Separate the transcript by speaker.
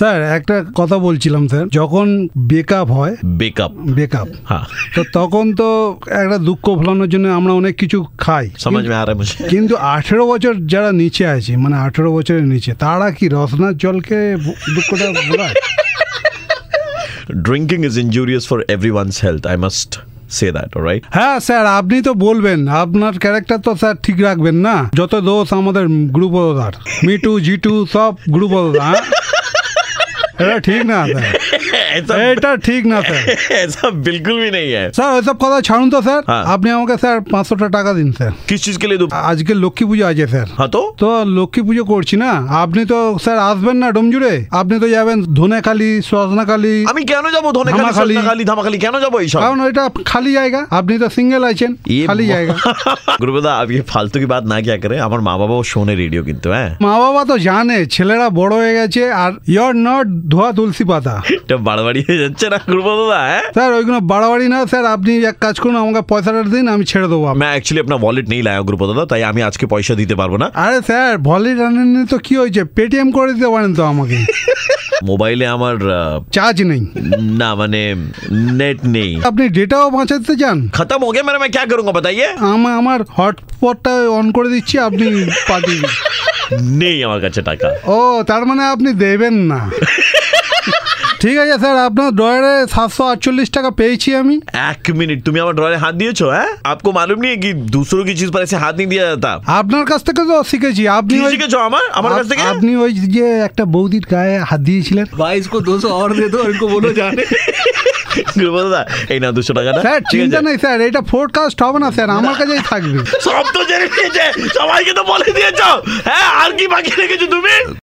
Speaker 1: Sir একটা কথা বলছিলাম স্যার যখন বেকআপ হয়
Speaker 2: বেকআপ
Speaker 1: বেকআপ
Speaker 2: হ্যাঁ
Speaker 1: তো তখন তো একটা দুঃখ ভোলানোর জন্য আমরা অনেক কিছু খাই
Speaker 2: সমাজ মে আ রহা মুঝে
Speaker 1: কিন্তু আঠেরো বছর যারা নিচে আছে মানে আঠেরো বছরের নিচে তারা কি রসনার জলকে ভু- দুঃখটা ভোলায়
Speaker 2: drinking is injurious for everyone's health I must say that alright
Speaker 1: হ্যাঁ স্যার আপনি তো বলবেন আপনার ক্যারেক্টার তো স্যার ঠিক রাখবেন না যত দোষ আমাদের গ্রুপ ওদার মিটু জিটু সব গ্রুপ ওদার এটা ঠিক না স্যার
Speaker 2: ऐसा
Speaker 1: এটা ঠিক না স্যার
Speaker 2: ऐसा बिल्कुल भी नहीं है
Speaker 1: স্যার ওইসব কথা ছাড়ুন তো স্যার
Speaker 2: হ্যাঁ।
Speaker 1: আপনি আমাকে স্যার পাঁচশোটা টাকা দিন স্যার
Speaker 2: किस चीज के लिए दो
Speaker 1: আ- আজকে লক্ষ্মী পুজো আছে স্যার
Speaker 2: हाँ तो
Speaker 1: তো লক্ষ্মী পুজো করছি না আপনি তো স্যার আসবেন না ডোমজুড়ে আপনি তো যাবেন ধনেখালি সজনাখালি
Speaker 2: আমি কেন যাবো ধনে খালি
Speaker 1: ধামাখালি।
Speaker 2: খালি ধামাখালি কেন যাবো এইসব
Speaker 1: কারণ ওইটা খালি জায়গা আপনি তো সিঙ্গেল আছেন
Speaker 2: ये
Speaker 1: খালি জায়গা
Speaker 2: गुरुदा आप ये फालतू की बात ना क्या करे আমার মা বাবাও শোনে রেডিও কিন্তু হ্যাঁ
Speaker 1: মা বাবা তো জানে ছেলেরা বড় হয়ে গেছে আর ইয়র নট ধোয়া তুলসী পাতা
Speaker 2: এটা বাড়বাড়ি হয়ে যাচ্ছে না গুরুদাদা হ্যাঁ
Speaker 1: স্যার ওইগুলো বাড়াবাড়ি না স্যার আপনি এক কাজ করুন আমাকে পয়সাটা দিন আমি ছেড়ে দেবো আপনাকে।
Speaker 2: मैं एक्चुअली अपना वॉलेट नहीं लाया गुरुदादा তাই আমি আজকে পয়সা দিতে পারবো না
Speaker 1: আরে স্যার ভলি রানেননি তো কি হয়েছে পেটিএম করে দিতে পারেন তো আমাকে
Speaker 2: মোবাইলে আমার আহ,
Speaker 1: চার্জ নেই
Speaker 2: না মানে নেট নেই
Speaker 1: আপনি ডেটাও বাঁচাতে চান
Speaker 2: खत्म हो गया मेरा मैं क्या करूंगा बताइए
Speaker 1: আমার আমার হটস্পটটা অন করে দিচ্ছি আপনি পাঠিয়ে দিন।
Speaker 2: নেই আমার কাছে টাকা
Speaker 1: ও তার মানে আপনি দেবেন না ঠিক আছে স্যার আপনার ডয়ারে সাতশো আটচল্লিশ টাকা পেয়েছি আমি
Speaker 2: এক মিনিট তুমি আমার ড্রয়ারে হাত দিয়েছো হ্যাঁ आपको मालूम नहीं है कि दूसरों की चीज पर ऐसे हाथ नहीं दिया जाता
Speaker 1: আপনার কাছ থেকে তো শিখেছি আপনি
Speaker 2: কি
Speaker 1: ওই
Speaker 2: শিখেছো আমার আমার কাছ থেকে
Speaker 1: আপ- আপনি ওই যে একটা বৌদির গায়ে হাত দিয়েছিলেন
Speaker 3: बाईस को दो सौ और दे दो इनको बोलो जाने
Speaker 2: গুরুপদ দা এই না দুশো টাকা না
Speaker 1: স্যার
Speaker 2: ঠিক
Speaker 1: চিন্তা
Speaker 2: আছে
Speaker 1: নেই স্যার এটা ফোরকাস্ট হবে না স্যার আমার কাছেই থাকবে
Speaker 2: तो সব তো জেনে নিয়েছে সবাইকে তো বলে দিয়েছো হ্যাঁ আর কি বাকি রেখেছো তুমি